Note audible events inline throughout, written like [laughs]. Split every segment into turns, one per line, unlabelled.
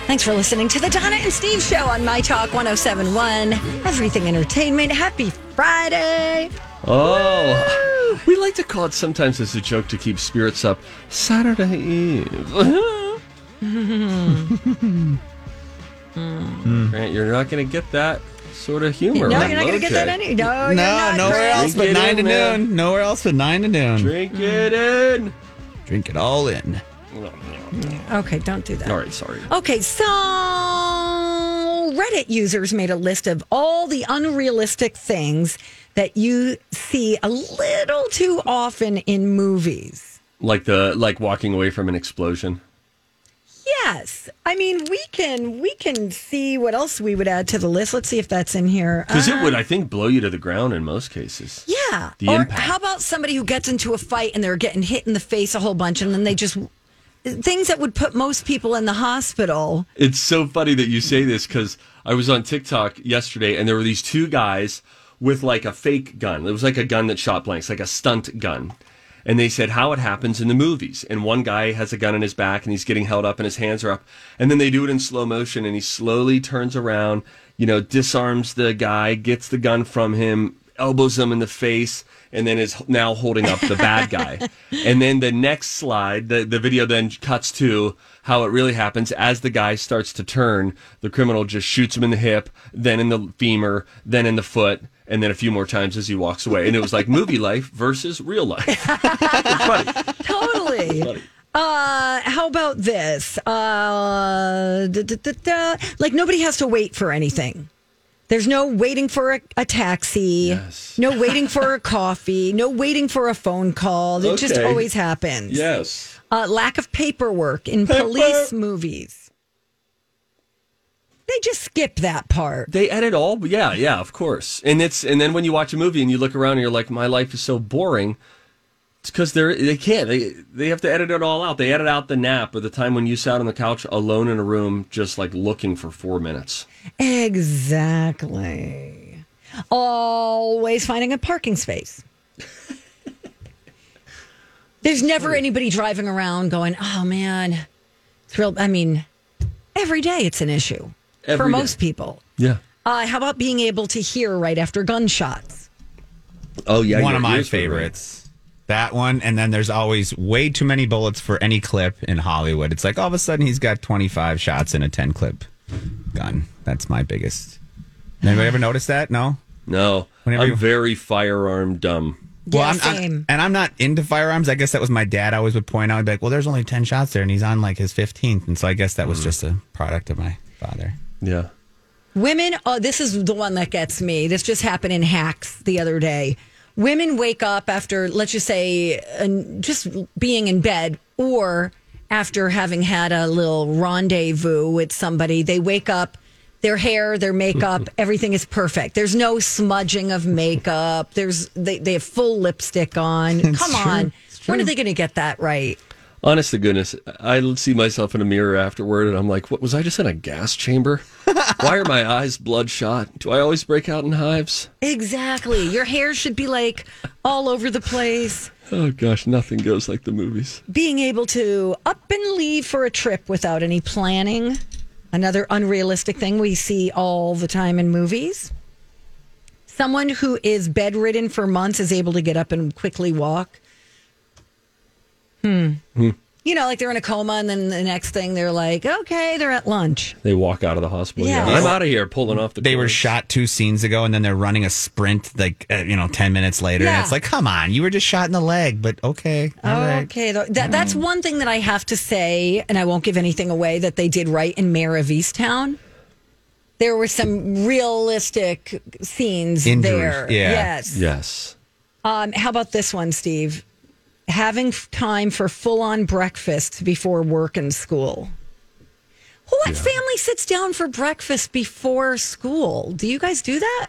Thanks for listening to the Donna and Steve Show on My Talk 1071. Everything Entertainment. Happy Friday.
Oh, we like to call it sometimes as a joke to keep spirits up. Saturday Eve.
Hmm.
Hmm. Grant, you're not going to get that sort of humor.
No,
on
you're not going to get that
Mojo.
any. No, Oh, you're
No,
not.
nowhere
Chris.
else but
Get
nine
in
to
there.
noon. Nowhere else but nine to noon. Drink,
Drink it
Hmm.
in.
it all in.
Okay, don't do that.
All right, sorry.
Okay, so Reddit users made a list of all the unrealistic things that you see a little too often in movies.
Like the like walking away from an explosion.
Yes, I mean we can we can see what else we would add to the list. Let's see if that's in here.
Because it would, I think, blow you to the ground in most cases.
Yeah.
The
or
impact.
how about somebody who gets into a fight and they're getting hit in the face a whole bunch and then they just things that would put most people in the hospital.
It's so funny that you say this because I was on TikTok yesterday and there were these two guys with like a fake gun. It was like a gun that shot blanks, like a stunt gun. And they said how it happens in the movies. And one guy has a gun in his back and he's getting held up and his hands are up. And then they do it in slow motion and he slowly turns around, you know, disarms the guy, gets the gun from him, elbows him in the face, and then is now holding up the bad guy. and then the next slide, the, the video then cuts to how it really happens. As the guy starts to turn, the criminal just shoots him in the hip, then in the femur, then in the foot, and then a few more times as he walks away. And it was like movie life versus real life. [laughs]
Totally. Uh, how about this? Uh, da, da, da, da. Like nobody has to wait for anything. There's no waiting for a, a taxi.
Yes.
No waiting for a coffee. No waiting for a phone call. It just
Okay.
always happens.
yes.
uh, lack of paperwork in police movies. They just skip that part.
They edit all, yeah, yeah, of course. And it's and then when you watch a movie and you look around and you're like, my life is so boring. It's because they're they can't they they have to edit it all out. They edit out the nap or the time when you sat on the couch alone in a room, just like looking for four minutes.
Exactly. Always finding a parking
[laughs]
space. There's never anybody driving around going, oh man, it's real. I mean, every day it's an issue for
Every day.
most people.
Yeah.
Uh, how about being able to hear right after gunshots?
Oh yeah.
one
your
of my
ears were ringing.
favorites. That one, and then there's always way too many bullets for any clip in Hollywood. It's like all of a sudden he's got 25 shots in a 10 clip gun. That's my biggest. Anybody ever notice that? No.
No,
Whenever
I'm
you-
very firearm dumb.
Yeah,
I'm, I'm-
same.
and I'm not into firearms. I guess that was my dad always would point out, he'd be like, well, there's only 10 shots there, and he's on like his 15th. And so I guess that
Mm.
was just a product of my father.
Yeah.
Women, oh, this is the one that gets me. This just happened in Hacks the other day. Women wake up after, let's just say, an, just being in bed or after having had a little rendezvous with somebody. They wake up, their hair, their makeup, everything is perfect. There's no smudging of makeup. There's they, they have full lipstick on. Come on. When are they going to get that right?
Honest to goodness, I see myself in a mirror afterward, and I'm like, "What was I just in a gas [laughs] chamber? Why are my eyes bloodshot? Do I always break out in hives?"
Exactly. Your hair should be like all over the place.
Oh gosh, nothing goes like the movies.
being able to up and leave for a trip without any planning another unrealistic thing we see all the time in movies someone who is bedridden for months is able to get up and quickly walk hmm you know like they're in a coma and then the next thing they're like okay they're at lunch
They walk out of the hospital. Yeah,
Yeah.
I'm out of here, pulling off the.
They were
cords.
shot two scenes ago, and then they're running a sprint, like, uh, you know, 10 minutes later.
Yeah. Oh,
And it's like, come on, you were just shot in the leg, but okay. all right. Mm.
Okay, tho- that, that's one thing that I have to say, and I won't give anything away that they did right in Mayor of Easttown. There were some realistic scenes
Injuries,
there.
yeah.
Yes.
Yes.
Um, how about this one, Steve? Having f- time for full on breakfast before work and school. What family sits down for breakfast before school? Do you guys do that?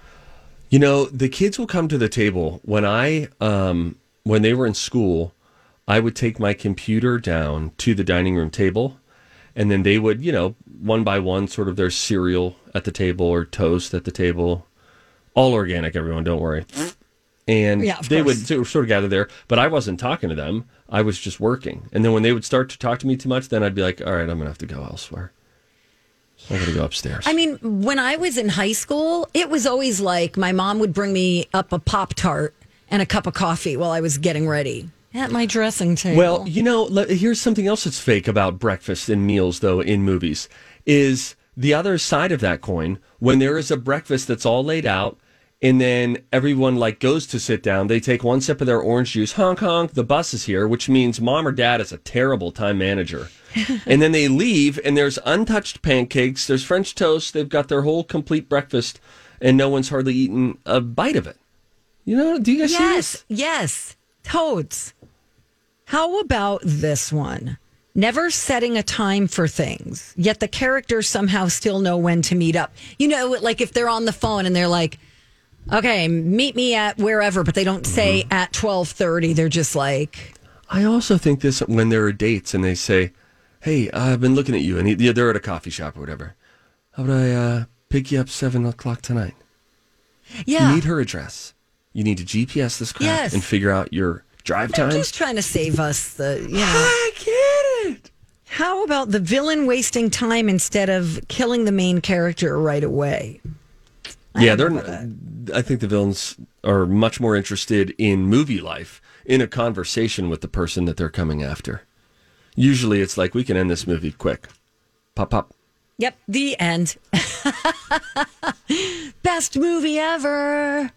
You know, the kids will come to the table. When I um when they were in school, I would take my computer down to the dining room table and then they would, you know, one by one sort of their cereal at the table or toast at the table. All organic, everyone, don't worry. And
Yeah, of
they would
course.
sort of- sort of gather there, but I wasn't talking to them. I was just working. And then when they would start to talk to me too much, then I'd be like, "All right, I'm going to have to go elsewhere." So I'm going to go upstairs.
I mean, when I was in high school, it was always like my mom would bring me up a Pop Tart and a cup of coffee while I was getting ready at my dressing table.
Well, you know, le- here's something else that's fake about breakfast and meals, though, in movies, is the other side of that coin. When there is a breakfast that's all laid out, and then everyone like goes to sit down, they take one sip of their orange juice, honk honk, the bus is here, which means mom or dad is a terrible
[laughs]
time manager. and then they leave, and there's untouched pancakes, there's French toast, they've got their whole complete breakfast, and no one's hardly eaten a bite of it. You know? Do you guys see this?
Yes, yes, toads. How about this one? Never setting a time for things, yet the characters somehow still know when to meet up. You know, like if they're on the phone and they're like, "Okay, meet me at wherever," but they don't say at twelve thirty. They're just like,
I also think this when there are dates and they say, "Hey, I've been looking at you," and he- they're at a coffee shop or whatever. How about I uh, pick you up seven o'clock tonight?
"Yeah,
You need her address. You need to GPS this crap
Yes.
and figure out your drive
they're
times.
just trying to save us the." You know. [sighs]
I get it.
How about the villain wasting time instead of killing the main character right away?
yeah, they're. I think the villains are much more interested in movie life in a conversation with the person that they're coming after. Usually, it's like we can end this movie quick. Pop pop.
Yep, the end. [laughs] Best movie ever.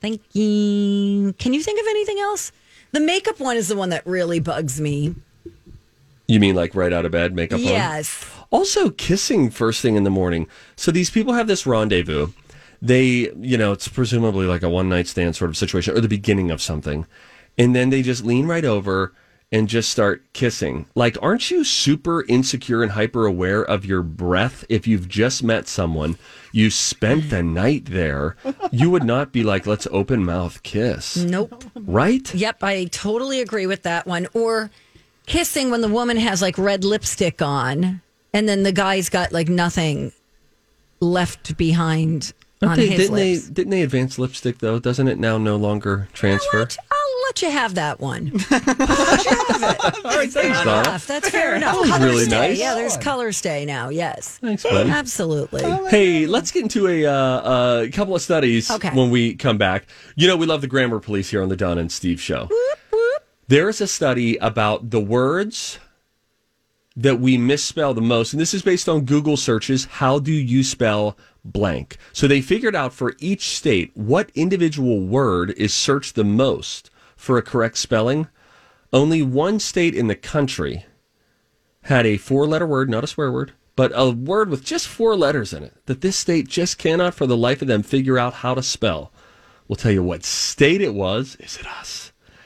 Thank you. Can you think of anything else? The makeup one is the one that really bugs me.
You mean like right out of bed, makeup on?
Yes.
Also, kissing first thing in the morning. So these people have this rendezvous. They, you know, it's presumably like a one night stand sort of situation or the beginning of something. And then they just lean right over and just start kissing. Like, aren't you super insecure and hyper aware of your breath? If you've just met someone, you spent the night there, you would not be like, let's open mouth kiss,
Nope.
right?
Yep, I totally agree with that one. Or kissing when the woman has like red lipstick on and then the guy's got like nothing left behind on
They-
his
didn't, they,
lips.
didn't they advance lipstick though? Doesn't it now no longer transfer?
I'll, let you, I'll let you have that one.
[laughs]
All right, thanks,
Donna.
enough. That's fair enough.
was
Colors
really
Day.
nice.
Yeah, there's Colors Day now. Yes.
Thanks, bud.
Absolutely.
Hey, let's get into a uh, uh, couple of studies
Okay.
when we come back. You know, we love the grammar police here on the Don and Steve show. There is a study about the words that we misspell the most, and this is based on Google searches. How do you spell blank? So they figured out for each state what individual word is searched the most for a correct spelling. Only one state in the country had a four letter word, not a swear word, but a word with just four letters in it that this state just cannot for the life of them figure out how to spell. We'll tell you what state it was. Is it us?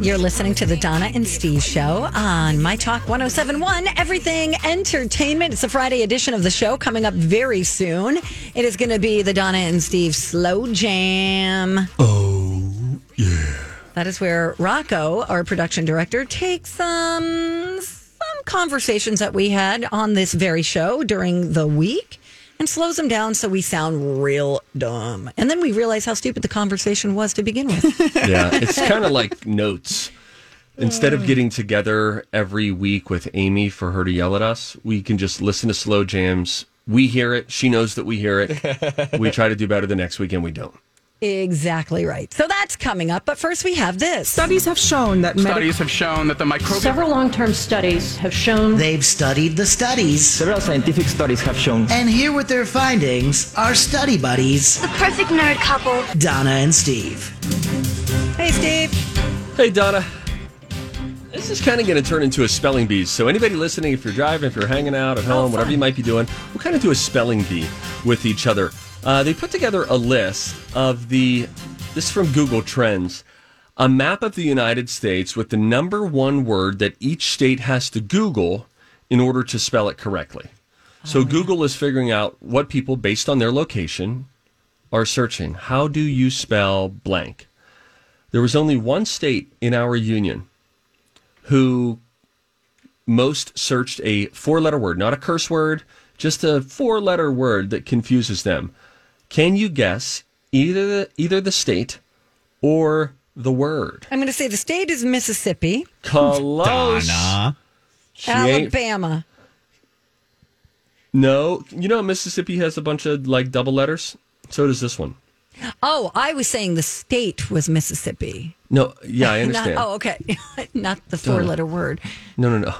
You're listening to the Donna and Steve show on My Talk 1071, Everything Entertainment. It's a Friday edition of the show coming up very soon. It is going to be the Donna and Steve Slow Jam.
Oh, yeah.
That is where Rocco, our production director, takes um, some conversations that we had on this very show during the week and slows them down so we sound real dumb. And then we realize how stupid the conversation was to begin with.
Yeah, it's kind of like notes. Instead of getting together every week with Amy for her to yell at us, we can just listen to slow jams. We hear it. She knows that we hear it. We try to do better the next week, and we don't.
exactly right. So that's coming up. But first, we have this.
Studies have shown that medical
Studies have shown that the microbial
Several long term studies have shown
They've studied the studies.
Several scientific studies have shown
And here with their findings are study buddies,
The perfect nerd couple.
Donna and Steve.
Hey, Steve.
Hey, Donna. This is kind of going to turn into a spelling bee. So, anybody listening, if you're driving, if you're hanging out at home, whatever you might be doing, we'll kind of do a spelling bee with each other. Uh, they put together a list of the, this is from Google Trends, a map of the United States with the number one word that each state has to Google in order to spell it correctly. So, Google is figuring out what people, based on their location, are searching. How do you spell blank? There was only one state in our union who most searched a four letter word, not a curse word, just a four letter word that confuses them. Can you guess either the, either the state or the word?
I'm going to say the state is Mississippi, Oh,
Close.
Donna.
She ain't-
Alabama.
No, you know Mississippi has a bunch of like double letters. So does this one.
Oh, I was saying the state was Mississippi.
No, yeah, I
[laughs] Not,
understand.
oh, okay. [laughs] Not the four letter word.
No, no, [laughs] no.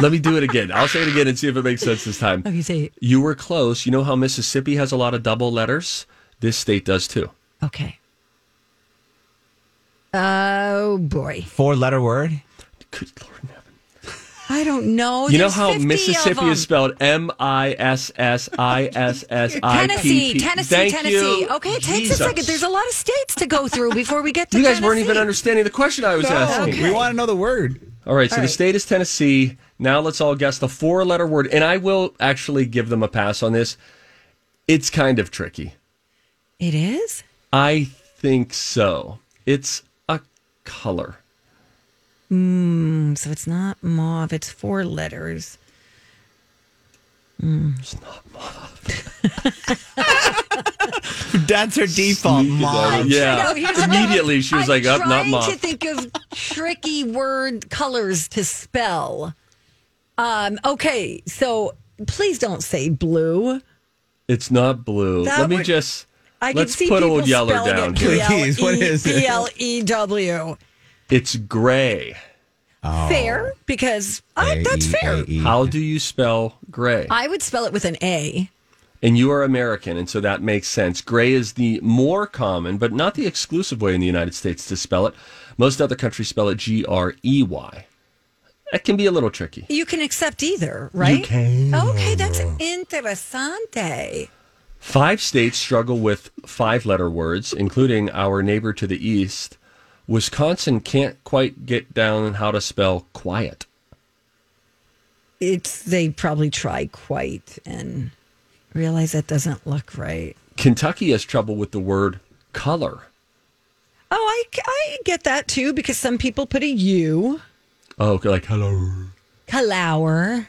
Let me do it again. I'll say it again and see if it makes sense this time.
Okay, Oh, say it.
You were close. You know how Mississippi has a lot of double letters? This state does too.
Okay. Oh, boy.
Four letter word.
Good Lord in heaven.
I don't know.
You know
There's
how
50 of
Mississippi
them.
is spelled M I S S I S S I P
Tennessee,
P.
Tennessee,
Thank
Tennessee.
You.
Okay, it takes
Jesus.
a second. There's a lot of states to go through before we get to
You guys weren't
Tennessee.
even understanding the question I was asking.
We want to know the word.
All right, so the state is Tennessee. Now let's all guess the four letter word. And I will actually give them a pass on this. It's kind of tricky.
It is?
I think so. It's a color.
Mm, So it's not mauve, it's four letters.
That's her default. Mom.
Yeah.
No, here's another one.
Immediately she was
I'm
like, up, not
trying
mom.
to think of tricky word colors to spell. Um, okay, so please don't say blue.
It's not blue.
That
Let me
would-
just
I
let's
can see
put
people
old yeller
spelling
down
it E
here.
Please, what is it?
B-L-E-W.
It's gray.
Oh.
Fair, because
E
I, that's fair.
A-E-A-E.
How do you spell gray?
I would spell it with an A.
And you are American, and so that makes sense. Gray is the more common, but not the exclusive way in the United States to spell it. Most other countries spell it G R E Y. That can be a little tricky.
You can accept either, right? You can. Okay, that's interessante.
Five states struggle with five letter words, including our neighbor to the east. Wisconsin can't quite get down how to spell quiet.
It's they probably try quite and realize that doesn't look right.
Kentucky has trouble with the word color.
Oh, I, I get that too because some people put a U.
Oh, like hello.
Calour.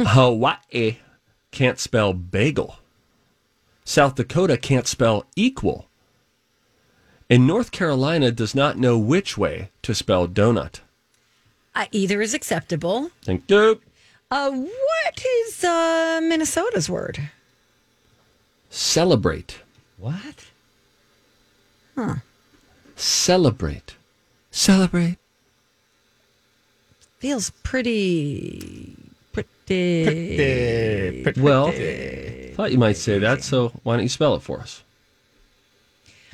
Hawaii can't spell bagel. South Dakota can't spell equal. And North Carolina does not know which way to spell donut.
Uh, either is acceptable.
Thank you.
Uh, what is uh, Minnesota's word?
Celebrate.
What?
Celebrate. Celebrate.
Feels pretty, pretty.
Well, thought you might say that, so why don't you spell it for us?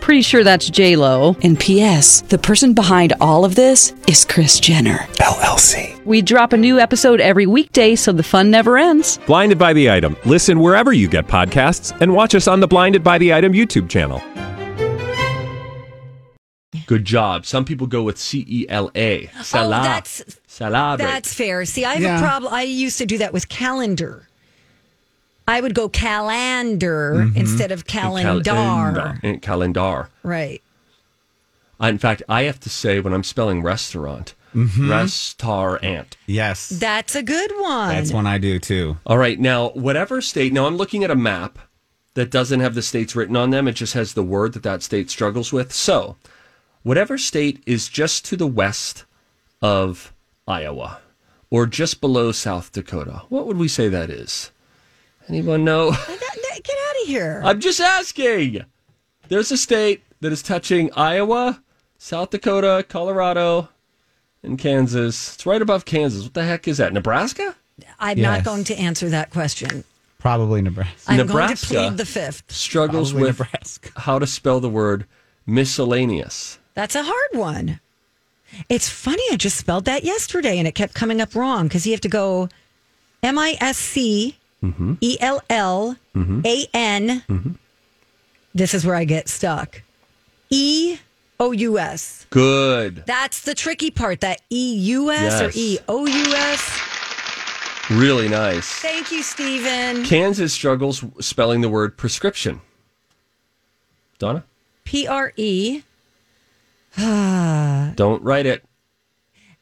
pretty sure that's J Lo.
And P.S. The person behind all of this is Chris Jenner.
LLC.
We drop a new episode every weekday, so the fun never ends.
Blinded by the Item. Listen wherever you get podcasts and watch us on the Blinded by the Item YouTube channel.
Good job. Some people go with C E L A. Salah.
Oh, that's-
Salah.
That's fair. See, I have
Yeah.
a problem. I used to do that with calendar. I would go calendar
Mm-hmm.
instead of calendar.
Calendar. Calendar.
Right.
I- In fact, I have to say when I'm spelling restaurant, restaurant.
Yes.
That's a good one.
That's one I do too.
All right, now whatever state. Now I'm looking at a map that doesn't have the states written on them. It just has the word that that state struggles with. So, whatever state is just to the west of Iowa, or just below South Dakota, what would we say that is? Anyone know? [laughs]
That- that- Get out of here.
I'm just asking. There's a state that is touching Iowa, South Dakota, Colorado, and Kansas. It's right above Kansas. What the heck is that? Nebraska?
I'm
Yes.
not going to answer that question.
Probably Nebraska.
I'm
Nebraska.
going to plead the fifth.
Struggles
Probably
with
Nebraska.
how to spell the word miscellaneous.
That's a hard one. It's funny. I just spelled that yesterday and it kept coming up wrong because you have to go M I S C
Mm-hmm.
E L L A N. This is where I get stuck. E O U S.
Good.
That's the tricky part. That E U S or
Yes.
E O U S.
Really nice.
Thank you, Stephen.
Kansas struggles spelling the word prescription. Donna,
P R E
don't write it.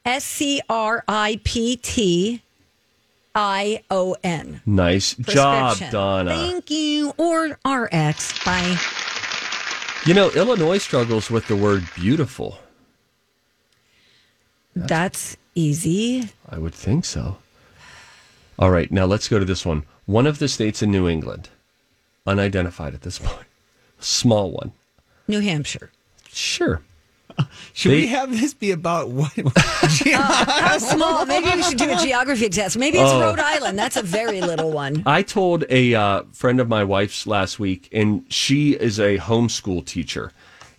S C R I P T I O N.
Nice job,
Prescription.
Donna.
Thank you. Or RX. Bye.
You know, Illinois struggles with the word beautiful.
That's easy.
I would think so. All right, now let's go to this one. One of the states in New England, unidentified at this [laughs] point, small one.
New Hampshire.
Sure.
[laughs] Should
They-
we have this be about what?
How small? Maybe we should do a geography test. Maybe
Oh.
it's Rhode Island. That's a very little
[laughs]
one.
I told a uh, friend of my wife's last week, and she is a homeschool teacher.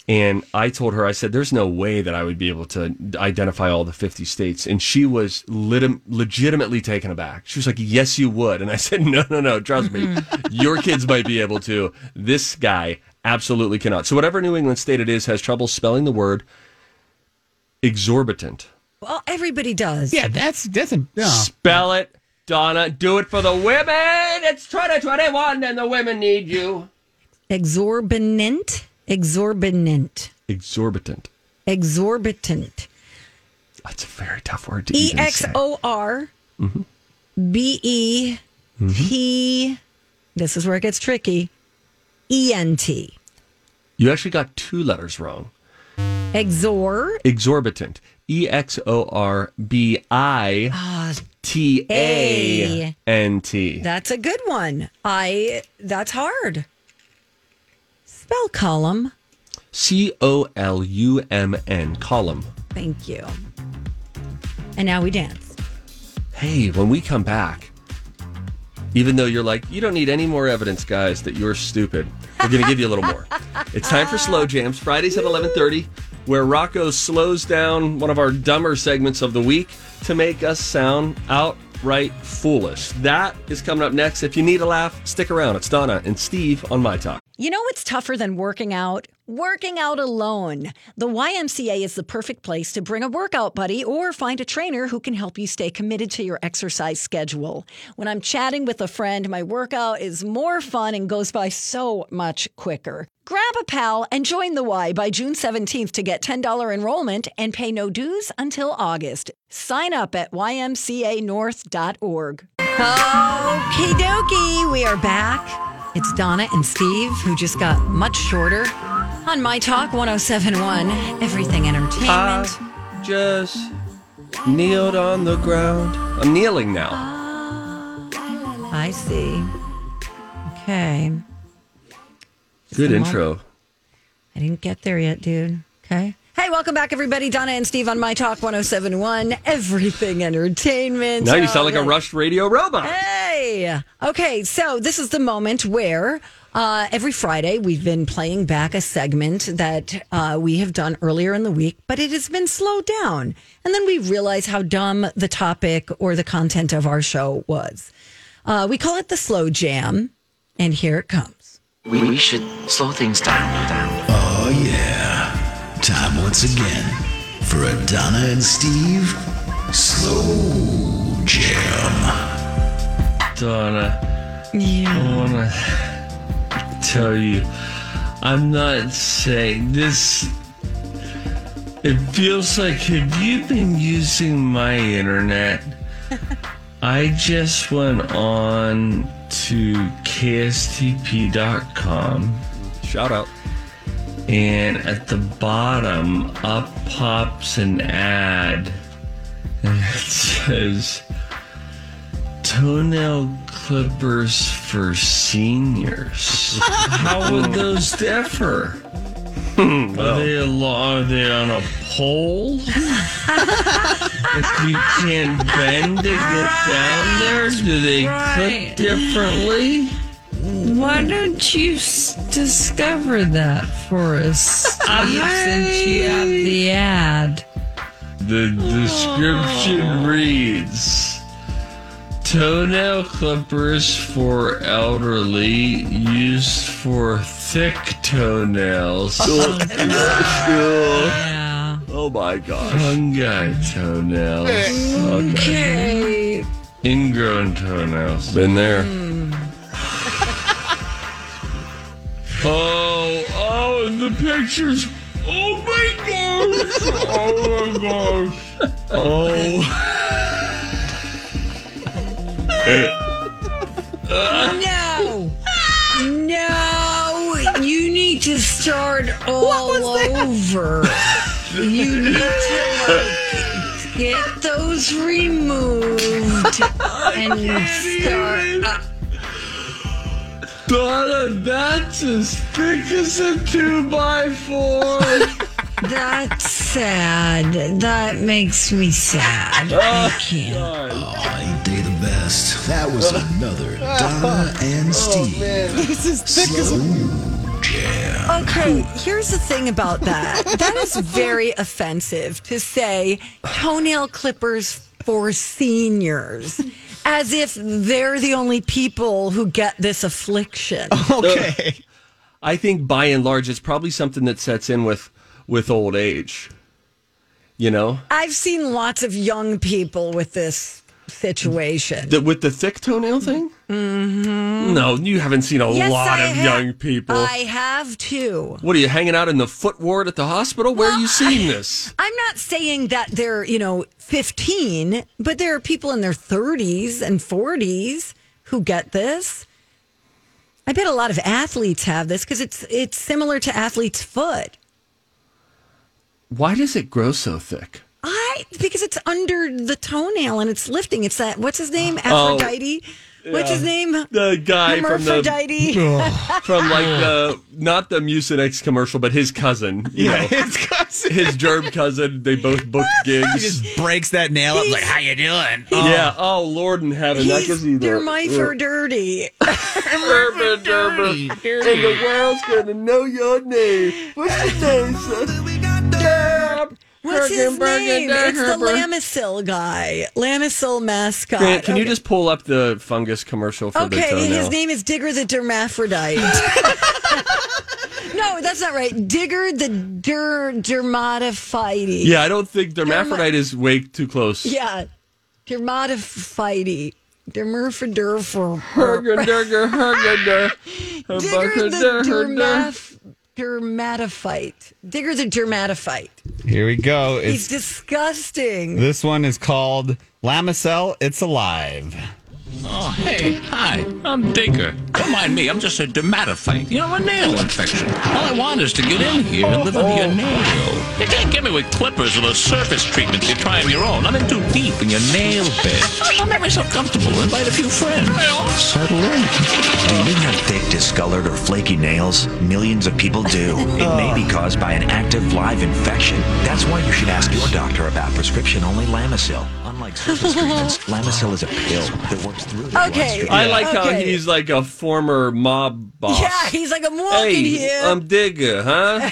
And I told her, I said, there's no way that I would be able to identify all the 50 states. And she was lit- legitimately taken aback. She was like, yes, you would. And I said, no, no, no, trust me. Your kids might be able to. This guy absolutely cannot. So, whatever New England state it is has trouble spelling the word exorbitant.
Well, everybody does.
[laughs] yeah, that's that's a no. [laughs]
Spell it, Donna. Do it for the women. It's 2021 and the women need you.
Exorbitant. Exorbitant.
Exorbitant.
Exorbitant.
That's a very tough word to
E
even
X
say. Mm-hmm.
O R B E T. This is where it gets tricky. E N T.
You actually got two letters wrong.
Exor.
Exorbitant. E X O R B I T A N T.
That's a good one. I. That's hard. Spell column.
C O L U M N. Column.
Thank you. And now we dance.
Hey, when we come back, even though you're like, you don't need any more evidence, guys, that you're stupid, we're going to give you a little more. It's time for Slow Jams, Fridays at 11.30, where Rocco slows down one of our dumber segments of the week to make us sound outright foolish. That is coming up next. If you need a laugh, stick around. It's Donna and Steve on My Talk.
You know what's tougher than working out? Working out alone. The YMCA is the perfect place to bring a workout buddy or find a trainer who can help you stay committed to your exercise schedule. When I'm chatting with a friend, my workout is more fun and goes by so much quicker. Grab a pal and join the Y by June 17th to get $10 enrollment and pay no dues until August. Sign up at ymcanorth.org. Okie dokie, we are back. It's Donna and Steve, who just got much shorter on My Talk 1071, Everything Entertainment.
I just kneeled on the ground. I'm kneeling now.
I see. Okay.
Good intro.
I didn't get there yet, dude. Okay. Hey, welcome back, everybody. Donna and Steve on My Talk 1071, Everything Entertainment. Oh,
Now you sound like a
Alright.
rushed radio robot.
Hey. Okay, so this is the moment where Uh, every Friday, we've been playing back a segment that uh, we have done earlier in the week, but it has been slowed down. And then we realize how dumb the topic or the content of our show was. Uh, we call it the slow jam, and here it comes.
We, we should slow things down. down.
Oh, yeah. Time once again for a Donna and Steve slow jam.
Donna,
Yeah.
I want to tell you, I'm not saying this. It feels like, have you been using my internet? I just went on to KSTP.com
Shout out.
and at the bottom up pops an ad and it [laughs] says toenail clippers for seniors how would those differ are they a lo- are they on a pole if you can't bend to get down there do they clip differently
Why don't you s- discover that for us since you have the ad?
The description reads Toenail clippers for elderly used for thick toenails.
Yeah.
oh my gosh. Fungi toenails. Okay.
Okay.
Ingrown toenails. Been there. [laughs] oh, oh, and the pictures. Oh my gosh. Oh my gosh. Oh.
No. No. You need to start all over. You need to like, get those removed and start.
Donna, that's as thick as a two by four.
That's sad. That makes me sad. I can't.
Oh, ain't they the best? That was another Donna and Steve slow jam.
Okay, here's the thing about that. That is very offensive to say toenail clippers for seniors, as if they're the only people who get this affliction.
Okay.
I think by and large, it's probably something that sets in with with old age. You know,
I've seen lots of young people with this situation.
the, with the thick toenail thing. Mm-hmm. No, you haven't seen a
Yes,
lot
I
of
ha-
young people.
I have too.
What are you hanging out in the foot ward at the hospital? Where are you seeing this?
I'm not saying that they're, you know, 15, but there are people in their 30s and 40s who get this. I bet a lot of athletes have this because it's it's similar to athlete's foot.
Why does it grow so thick?
I because it's under the toenail and it's lifting. It's that what's his name? Aphrodite. What's his name?
Oh. The guy from the
Hermaphrodite.
[laughs] from [laughs] like the not the Mucinex commercial, but his cousin. You know,
It's 'cause he
his germ cousin. They both booked gigs.
just breaks that nail up like, how you doing? Oh,
Yeah. Oh Lord in heaven, that gives you
He's,
the uh,
they're my for dirty.
Derba, derba. And the world's gonna know your name. What's your name, son? Derb.
What's his
Hergen, Bergen,
name? It's the
Derber.
Lamisil guy. Lamisil mascot.
Grant, can you
Okay.
just Oh, pull up the fungus commercial for the
Okay,
toenail?
his name is Digger the Dermaphrodite. [laughs] no, that's not right. Digger the der, Dermatophyte.
yeah, I don't think dermaphrodite is way too close.
Yeah. Dermatophyte. Dermurfidurfer.
Hergen, derger, hergen, der.
Digger
Herbucker,
the
der, her, der.
dermaf, Dermatophyte. Digger the Dermatophyte.
Here we go.
He's
It's,
disgusting.
this one is called Lamicel. It's alive.
Oh, hey, hi, I'm Digger. Don't mind me, I'm just a dermatophyte. You know, a nail infection. All I want is to get in here and live under your nail. You can't get me with clippers or the surface treatments you try on your own. I'm in too deep in your nail bed. I'll make myself comfortable, invite a few friends. Settle in.
Do you have thick, discolored, or flaky nails? Millions of
[laughs]
people do. It may be caused by an active live infection. That's why you should ask your doctor about prescription only Lamisil. Unlike Unlike
[laughs]
surface treatments, Lamisil is a pill that works through the
Okay.
bloodstream.
I like how
Okay.
he's like a former mob boss.
Yeah, he's like, I'm walking
Hey,
here.
I'm digger, [laughs] huh?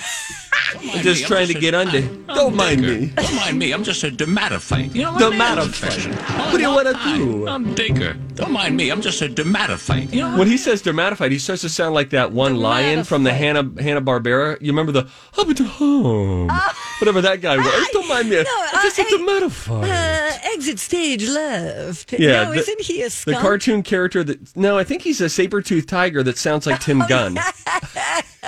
I'm just trying to get under. Don't mind me.
Don't mind me. I'm just a dermatophyte. You know,
The
a nail
matophyte.
infection.
What do you wanna
Hi,
do?
I'm Digger. Don't mind me. I'm just a dermatophyte. You know,
When he says dermatophyte, he starts to sound like that one lion from the Hanna Hanna Barbera. You remember the "Hubba to home,
Oh.
whatever that
[laughs]
guy was. Don't mind me. I'm just a dermatophyte.
Uh, exit stage left.
Yeah,
no,
the-
isn't he a
The
skunk?
cartoon character that no, I think he's a saber-toothed tiger that sounds like
[laughs] Oh,
Tim Gunn.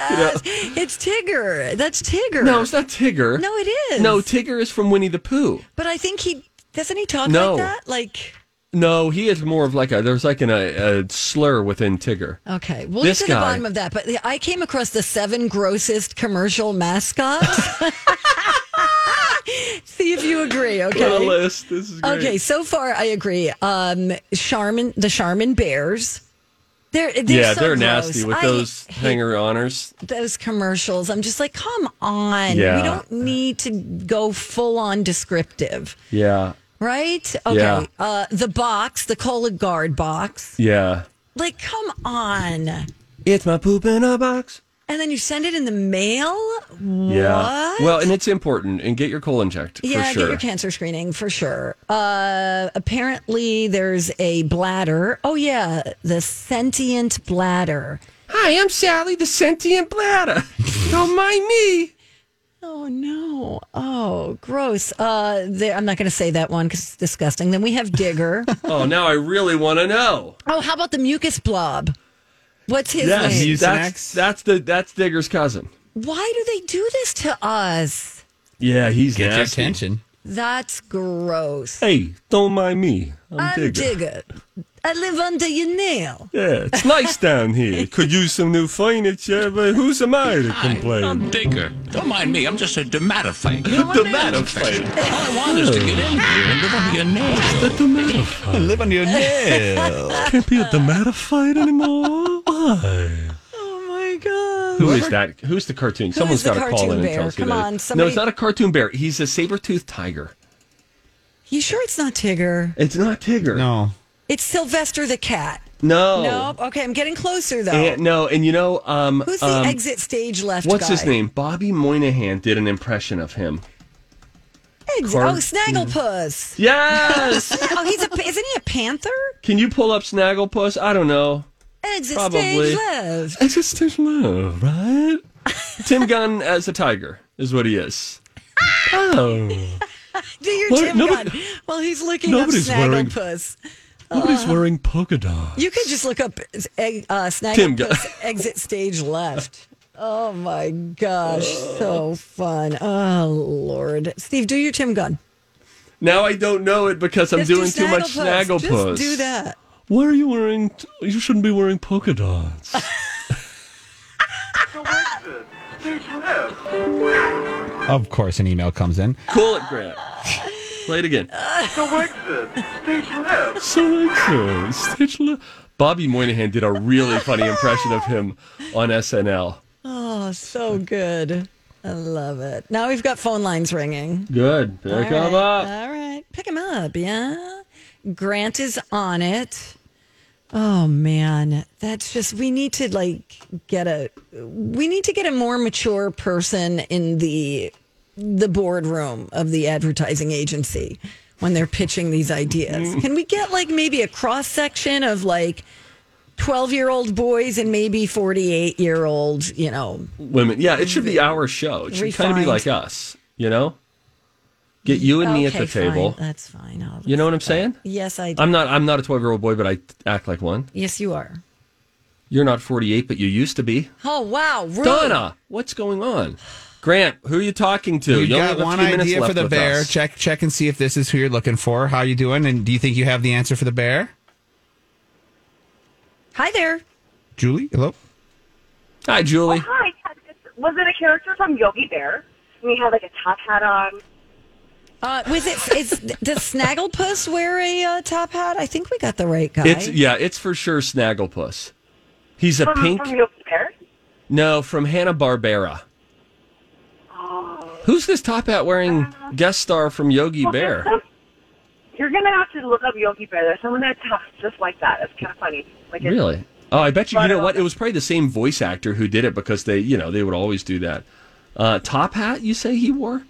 You know?
It's Tigger. That's Tigger.
No, it's not Tigger.
No, it is.
No, Tigger is from Winnie the Pooh.
But I think he doesn't he talk
No.
like that? Like
No, he is more of like a there's like an, a, a slur within Tigger.
okay, we'll
This
get to the
guy.
bottom of that. But the- I came across the seven grossest commercial mascots. [laughs] See if you agree. Okay.
What a list. This is great.
Okay, so far I agree. Um Charmin, the Charmin Bears. They're, they're
yeah,
so
they're
gross.
nasty with
I
those
hate
hanger honors.
those commercials. I'm just like, come on.
Yeah.
We don't need to go full on descriptive,
Yeah,
right? Okay.
Yeah.
Uh, the box, the Cola Guard box.
yeah.
Like, come on.
It's my poop in a box.
And then you send it in the mail?
Yeah.
What?
Well, and it's important. And get your colon checked
yeah,
for sure.
get your cancer screening for sure. Uh, apparently, there's a bladder. Oh, yeah, the sentient bladder.
Hi, I'm Sally, the sentient bladder. [laughs] Don't mind me.
Oh no! Oh, gross. Uh, the, I'm not going to say that one because it's disgusting. Then we have Digger.
Oh, now I really want to know.
oh, how about the mucus blob? What's his name?
that's, that's the that's Digger's cousin.
Why do they do this to us?
Yeah, he's
Get your
nasty.
attention.
That's gross.
Hey, don't mind me. I'm,
I'm
Digger.
Digger. I live under your nail.
Yeah, it's nice down here. Could use some new furniture, but who's am I to complain?
I'm Digger. Don't mind me. I'm just a dermatophyte. You know, a nail infection.
Dermatophyte.
All I want is to get in here and live under your nail.
The dermatophyte.
Live on your nail.
Can't be a dermatophyte anymore. Why?
Oh my god.
Who is that? Who's the cartoon?
Who
Someone's
is the
got to call
cartoon
in and
bear?
tell us who
Come
that is.
on,
No,
somebody-
it's not a cartoon bear. He's a saber-toothed tiger.
You sure it's not Tigger?
It's not Tigger.
No.
It's Sylvester the cat.
No.
Nope. Okay, I'm getting closer though.
And, no, and you know, um,
Who's the
um,
exit stage left?
What's his
guy?
name? Bobby Moynihan did an impression of him.
Ex-
Car-
oh, Snagglepuss. [laughs]
Yes.
oh, he's a. Isn't he a panther?
Can you pull up Snagglepuss? I don't know.
Exit
Probably.
stage left.
Existential
[laughs]
love, right? Tim Gunn as a tiger is what he is.
Ah!
Oh,
Do your
What?
Tim
Nobody-
Gunn. Well, he's looking
Nobody's
up
wearing-
Snagglepuss.
nobody's wearing polka dot.
You could just look up egg- uh,
Tim Gunn. [laughs]
Snagglepuss exit stage left. Oh my gosh, so fun. Oh Lord. Steve, do your Tim Gunn.
Now I don't know it because I'm
Just do
doing too much
Snagglepuss.
Snagglepuss.
Just do that.
Why are you wearing? T- you shouldn't be wearing polka dots.
Of course, an email comes in.
[laughs] cool it, Grant. Play it again. So exit, stage left. Bobby Moynihan did a really funny impression of him on SNL.
Oh, so good. I love it. Now we've got phone lines ringing.
Good. Pick
All
him
right, Uh,
up.
All right. Pick him up. Yeah. Grant is on it. Oh man, that's just we need to like get a we need to get a more mature person in the the boardroom of the advertising agency when they're pitching these
Mm.
ideas. Can we get like maybe a cross section of like 12-year-old boys and maybe 48-year-old, you know,
women. Yeah, it should be our show. It should kind of be
Refined.
like us, you know? Get you and me at
Okay,
the table.
fine. Uh, That's fine. I'll-
You know what I'm saying?
yes, I do.
I'm not I'm not a 12-year-old boy, but I act like one.
yes, you are.
You're not 48, but you used to be.
Oh wow, rude.
Donna, what's going on? Grant, who are you talking to?
You
You only
got
have a
one
few minutes
idea
left
for the
with
bear.
us.
Check check and see if this is who you're looking for. How you doing? And do you think you have the answer for the bear,
Hi there.
Julie? Hello.
Hi, Julie.
Oh, Hi, was it a character from Yogi Bear? And he had like a top hat on.
Uh, was it? Is does Snagglepuss wear a uh, top hat? I think we got the right guy.
It's yeah, it's for sure Snagglepuss. He's a
from,
pink
From Yogi Bear?
No, from Hanna-Barbera.
Oh. Uh,
Who's this top hat wearing guest star from Yogi Bear?
You're gonna have to look up Yogi Bear. There's someone that talks just like that. It's kind of funny. Like it's-
Really? Oh, I bet you. You know
uh,
what? It was probably the same voice actor who did it because they, you know, they would always do that. Uh, top hat? You say he wore?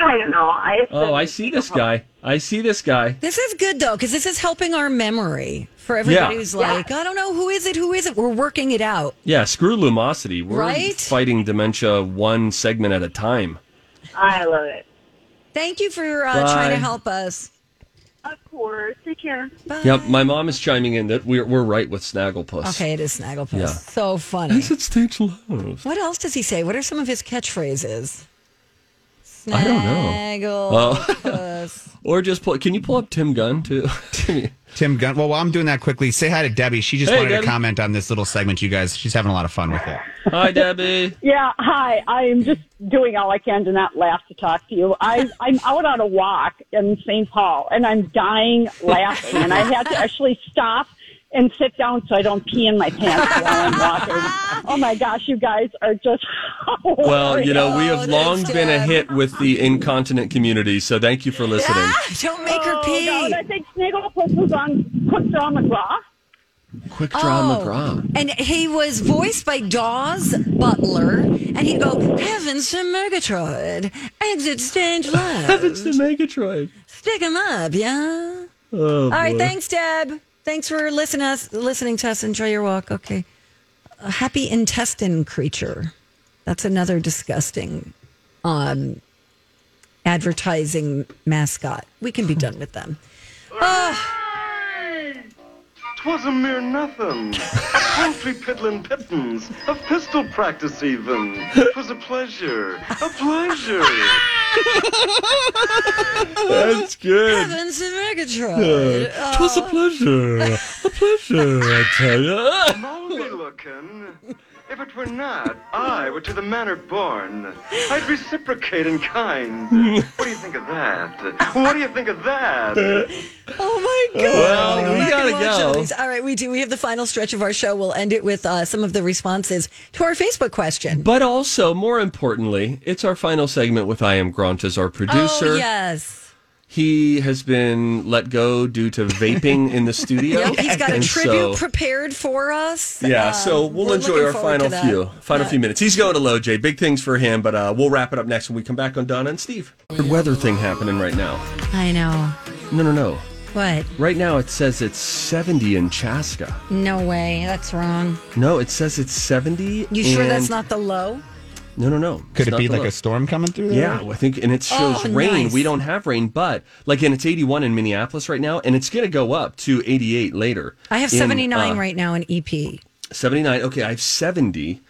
I don't know. I it's
Oh,
a-
I see this guy. I see this guy.
This is good though, because this is helping our memory for everybody
Yeah.
who's like, I don't know who is it, who is it. We're working it out.
Yeah, screw Lumosity. We're
Right?
fighting dementia one segment at a time.
I love it.
Thank you for uh, trying
Bye.
to help us.
Of course. Take care.
Bye.
Yep, my mom is chiming in that we're we're right with Snagglepuss.
Okay, it is Snagglepuss.
Yeah.
So funny.
Is it stage love?
What else does he say? What are some of his catchphrases?
I don't know. Oh.
Snagglepuss.
Or just pull. Can you pull up Tim Gunn [laughs] too?
Tim Gunn. Well, while I'm doing that quickly, say hi to Debbie. She just
Hey,
wanted
Debbie.
to comment on this little segment, you guys. She's having a lot of fun with it.
Hi, Debbie.
Yeah, hi. I am just doing all I can to not laugh to talk to you. I, I'm out on a walk in St. Paul, and I'm dying laughing,
[laughs]
and I had to actually stop and sit down so I don't pee in my pants while I'm walking. Oh my gosh, you guys are just [laughs]
Well, you know, we
oh,
have long been a hit with the incontinent community, so thank you for listening.
[laughs] Don't make
Oh,
her pee. Oh, No, and I think Snagglepuss was on Quick Draw McGraw.
Quick
Oh.
draw McGraw.
And he was voiced by Dawes Butler, and he'd go, Heavens to Murgatroyd, exit stage left. [laughs] Heavens
to Megatroid.
Stick 'em up, yeah?
Oh,
All right,
boy.
thanks, Deb. Thanks for listening us listening to us. Enjoy your walk. Okay. A happy intestine creature. That's another disgusting um advertising mascot. We [laughs] can be done with them.
Twas a mere nothing. a paltry piddling pittance. Of pistol practice, even. 'Twas a pleasure. A pleasure.
[laughs]
That's good.
Heavens to [laughs] Murgatroyd.
Yeah. 'Twas a
Oh.
pleasure. A pleasure, I tell
[laughs]
you.
Moldy looking. If it were not, I were to the manner born. I'd reciprocate in kind. What do you think of that? What do you think of that?
Oh my god!
Well,
Go
we
back and
gotta
watch all
go.
these. All right, we do. We have the final stretch of our show. We'll end it with uh, some of the responses to our Facebook question.
But also, more importantly, it's our final segment with I Am Grant as our producer.
Oh yes,
He has been let go due to vaping
[laughs]
in the studio.
Yep, he's got a
And
tribute
so-
prepared for us.
Yeah,
Um,
so we'll
we're
enjoy
looking
our
forward
final
to that.
few final
Yeah.
few minutes. He's going to low, Jay. Big things for him, but uh, we'll wrap it up next when we come back on Donna and Steve. Weird weather thing happening right now.
I know.
No, no, no.
What?
Right now it says it's 70 in Chaska.
No way. That's wrong.
No, it says it's 70.
You sure
and-
that's not the low?
No, no, no.
Could
It's
it be
not the
like
low.
a storm coming through there?
Yeah, I think, and it shows
Oh,
rain.
nice.
We don't have rain, but like, and it's 81 in Minneapolis right now, and it's going to go up to 88 later.
I have
in,
seventy nine
uh,
right now in E EP.
79. Okay, I have 70,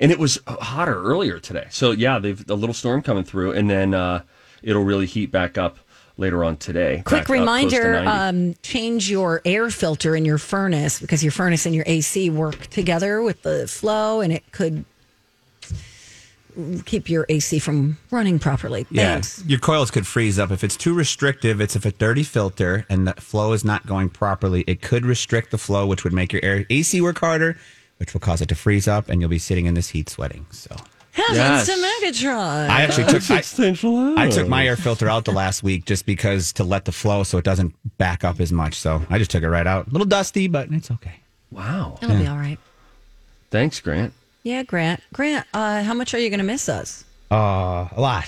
and it was hotter earlier today. So yeah, they've a little storm coming through, and then uh, it'll really heat back up later on today. back up
Quick
close to
reminder:
90.
um, change your air filter in your furnace because your furnace and your AC work together with the flow, and it could keep your AC from running properly. Thanks.
Your coils could freeze up. If it's too restrictive, it's if a dirty filter and the flow is not going properly, it could restrict the flow, which would make your air AC work harder, which will cause it to freeze up, and you'll be sitting in this heat sweating. So
Heavens to Megatron!
I actually took I, I took my
air.
air filter out the last week just because to let the flow so it doesn't back up as much. So I just took it right out. A little dusty, but it's okay.
Wow.
It'll be all right.
Thanks, Grant.
Yeah, Grant. Grant, uh, how much are you going to miss us?
Uh, a lot,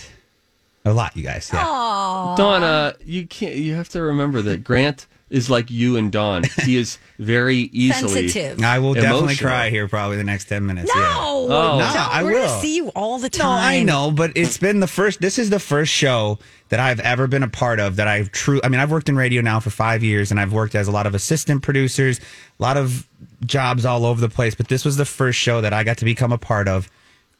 a lot, you guys. Yeah.
Aww.
Donna, you can't. You have to remember that Grant is like you and Don. He is very easily
[laughs] Sensitive.
I will definitely
emotional.
cry here probably the next ten minutes.
No,
yeah.
no,
no, I
we're
will.
gonna see you all the time.
No, I know, but it's been the first. This is the first show that I've ever been a part of that I've true. I mean, I've worked in radio now for five years, and I've worked as a lot of assistant producers, a lot of jobs all over the place. But this was the first show that I got to become a part of,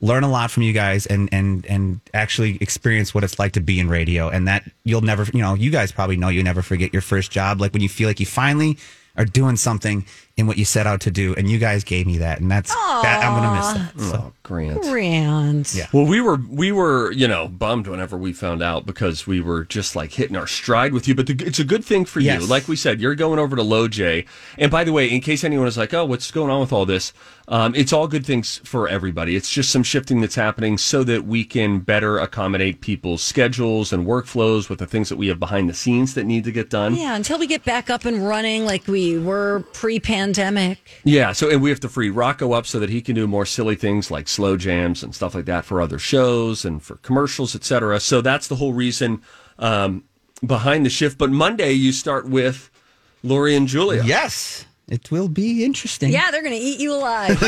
learn a lot from you guys, and and and actually experience what it's like to be in radio. And that you'll never, you know, you guys probably know you never forget your first job, like when you feel like you finally are doing something in what you set out to do. And you guys gave me that, and that's that I'm gonna miss that. So.
Grant.
Grant.
Yeah. Well, we were we were you know bummed whenever we found out because we were just like hitting our stride with you. But the, it's a good thing for you.
Yes.
Like we said, you're going over to LoJ. And by the way, in case anyone is like, oh, what's going on with all this? Um, it's all good things for everybody. It's just some shifting that's happening so that we can better accommodate people's schedules and workflows with the things that we have behind the scenes that need to get done.
Yeah, until we get back up and running like we were pre pandemic.
Yeah, so and we have to free Rocco up so that he can do more silly things like slow jams and stuff like that for other shows and for commercials, etc. So that's the whole reason um, behind the shift. But Monday you start with Lori and Julia.
Yes, it will be interesting.
Yeah, they're going to eat you alive.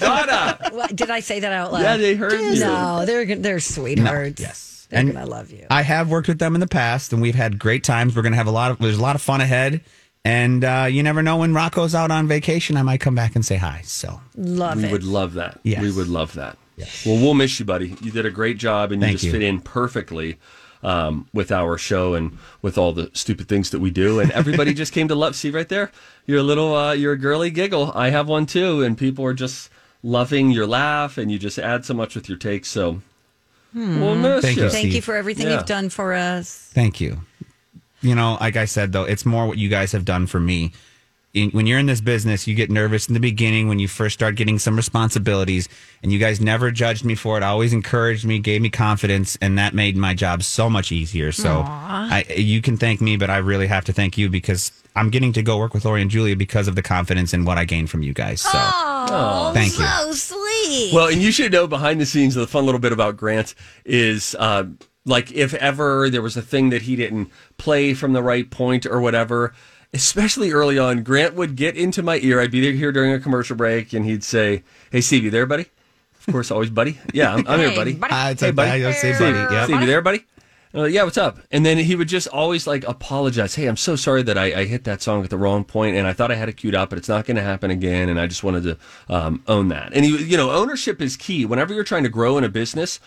Well, Did I say that out loud?
Yeah, they heard you.
No, they're, g- they're sweethearts. yes. They're
And-
going to love you.
I have worked with them in the past, and we've had great times. We're going to have a lot of there's a lot of fun ahead, and uh, you never know when Rocco's out on vacation, I might come back and say hi. So
Love
we
it.
would love that. We would love that. Well, we'll miss you, buddy. You did a great job and you
Thank
just
you.
fit in perfectly um, with our show and with all the stupid things that we do. And everybody [laughs] just came to love. See right there? Your little, uh, your girly giggle. I have one too. And people are just loving your laugh and you just add so much with your take. So
Hmm.
We'll miss
Thank you,
Thank you
Steve.
for everything
Yeah.
you've done for us.
Thank you. You know, like I said, though, it's more what you guys have done for me. In, when you're in this business, you get nervous in the beginning when you first start getting some responsibilities, and you guys never judged me for it. Always encouraged me, gave me confidence, and that made my job so much easier. So
Aw.
I, you can thank me, but I really have to thank you because I'm getting to go work with Lori and Julia because of the confidence and what I gained from you guys. So
Oh,
thank you.
so sweet.
Well, and you should know behind the scenes, the fun little bit about Grant is uh, like if ever there was a thing that he didn't play from the right point or whatever, especially early on, Grant would get into my ear. I'd be here during a commercial break and he'd say, Hey, Steve, you there, buddy? Of course, always buddy. Yeah, I'm, I'm here,
Hey,
buddy.
buddy. Uh, it's okay. I say buddy,
Steve,
yep.
Steve, you there, buddy? Uh, yeah, what's up? And then he would just always like apologize. Hey, I'm so sorry that I, I hit that song at the wrong point, and I thought I had it queued up, but it's not going to happen again. And I just wanted to um, own that. And he, you know, ownership is key. Whenever you're trying to grow in a business,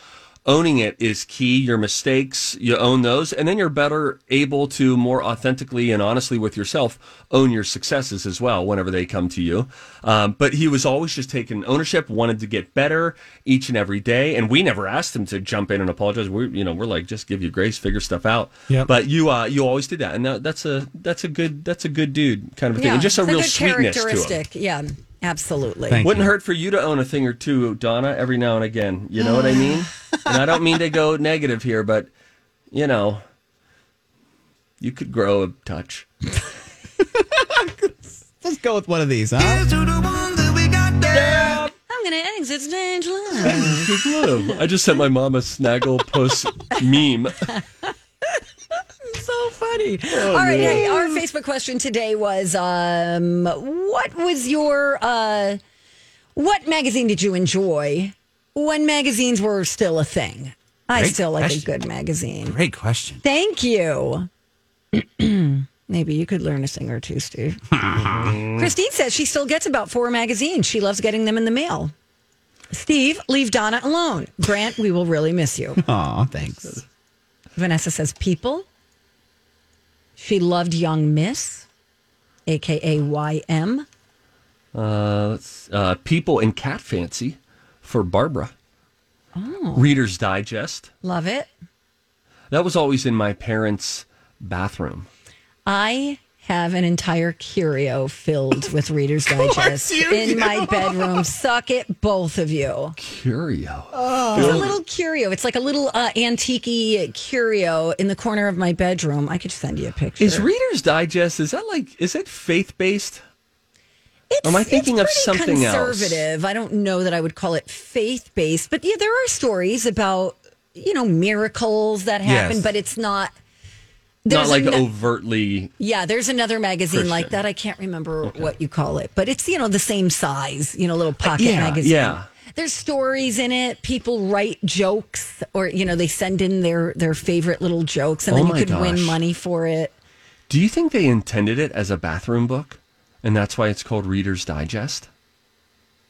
owning it is key. Your mistakes, you own those, and then you're better able to more authentically and honestly with yourself own your successes as well whenever they come to you. Um, but he was always just taking ownership, wanted to get better each and every day, and we never asked him to jump in and apologize. We, you know, we're like, just give you grace, figure stuff out.
Yep.
But you, uh, you always did that, and that, that's a that's a good that's a good dude kind of a thing,
Yeah,
and just a
it's
real
good
sweetness to him.
characteristic. Yeah, absolutely.
Wouldn't hurt for you to own a thing or two, Donna, every now and again. You know what I [laughs] mean? and I don't mean to go negative here, but you know, you could grow a touch.
Let's go with one of these, huh?
I'm going to exit stage left.
Oh, I just sent my mom a snaggle puss meme.
so funny.
Oh,
All right,
man.
hey, our Facebook question today was um, what was your uh, what magazine did you enjoy when magazines were still a thing? I
Great
still like
question.
a good magazine.
Great question.
Thank you. [clears throat] Maybe you could learn a thing or two, Steve. Christine says she still gets about four magazines. She loves getting them in the mail. Steve, leave Donna alone. Grant, we will really miss you.
Aw, thanks.
Vanessa says people. She loved Young Miss, aka YM.
Uh, let's, uh, People in Cat Fancy for Barbara. Reader's Digest.
Love it.
That was always in my parents' bathroom.
I have an entire curio filled with
[laughs]
Reader's
course
Digest
you
in
do.
my bedroom. Suck it, both of you.
Curio.
It's a little curio. It's like a little uh, antique curio in the corner of my bedroom. I could send you a picture.
Is Reader's Digest, is that like, is that faith based?
It's,
Am I thinking of
pretty
something else?
conservative. I don't know that I would call it faith based, but yeah, there are stories about you know miracles that happen,
Yes.
but it's not.
Not like
ano-
overtly
Yeah, there's another magazine like
Christian.
that. I can't remember what you call it, but it's you know the same size, you know, little pocket
Uh, yeah,
magazine.
yeah.
There's stories in it. People write jokes, or you know, they send in their their favorite little jokes, and
Oh
then you
my
could win
gosh.
money for it.
Do you think they intended it as a bathroom book? And that's why it's called Reader's Digest?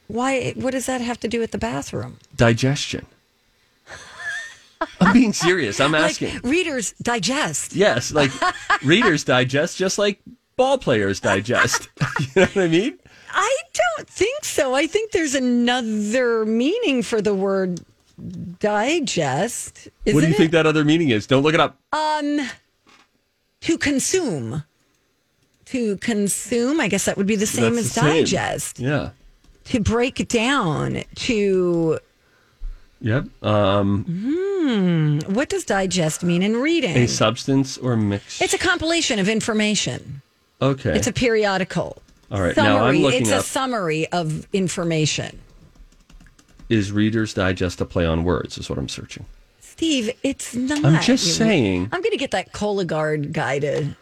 Why? What does that have to do with the bathroom? [laughs]
Digestion. I'm being serious. I'm asking.
Like Reader's Digest.
yes,
[laughs]
[laughs] like Reader's Digest, just like ball players digest. you know what I mean?
I don't think so. I think there's another meaning for the word digest.
what do
isn't
you think that other meaning is? Don't look it up.
it? Um, to consume. To consume, I guess that would be the same
That's
as
the same.
digest.
Yeah.
To break down. To
Yep. Um,
hmm, what does digest mean in reading?
a substance or mix.
It's a compilation of information.
Okay.
It's a periodical.
All right.
Summary.
Now I'm looking
it's a
up.
summary of information.
is Reader's Digest a play on words? Is what I'm searching.
Steve, it's not.
I'm just saying.
I'm going to get that Cologuard guy to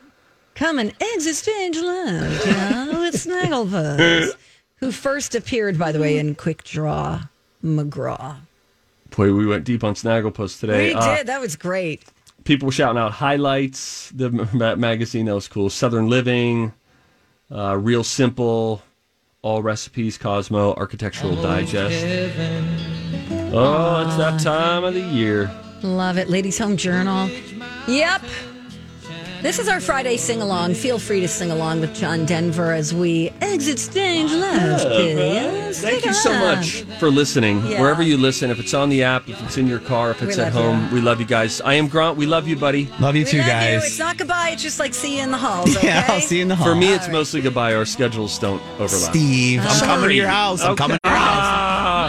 come and existential love, you know, with
[laughs]
Snagglepuss, who first appeared, by the way, in Quick Draw McGraw.
Boy, we went deep on Snagglepuss today.
we
Uh,
did. That was great.
people were shouting out highlights. The m- ma- magazine that was cool. Southern Living, uh, Real Simple, All Recipes, Cosmo, Architectural Digest. Oh, it's that time of the year.
Love it. Ladies Home Journal. Yep. This is our Friday sing along. Feel free to sing along with John Denver as we exit stage left.
Thank you so much for listening.
Yeah.
Wherever you listen, if it's on the app, if it's in your car, if it's
We
at
love you.
home, we love you guys. I am Grant. We love you, buddy.
Love you too,
It's not goodbye. It's just like see you in the
[laughs]
[laughs]
halls. Okay?
Yeah, I'll see you in the hall.
For me, it's mostly goodbye. Our schedules don't overlap. Ah!
Steve, I'm coming to your house. I'm
Okay.
coming to your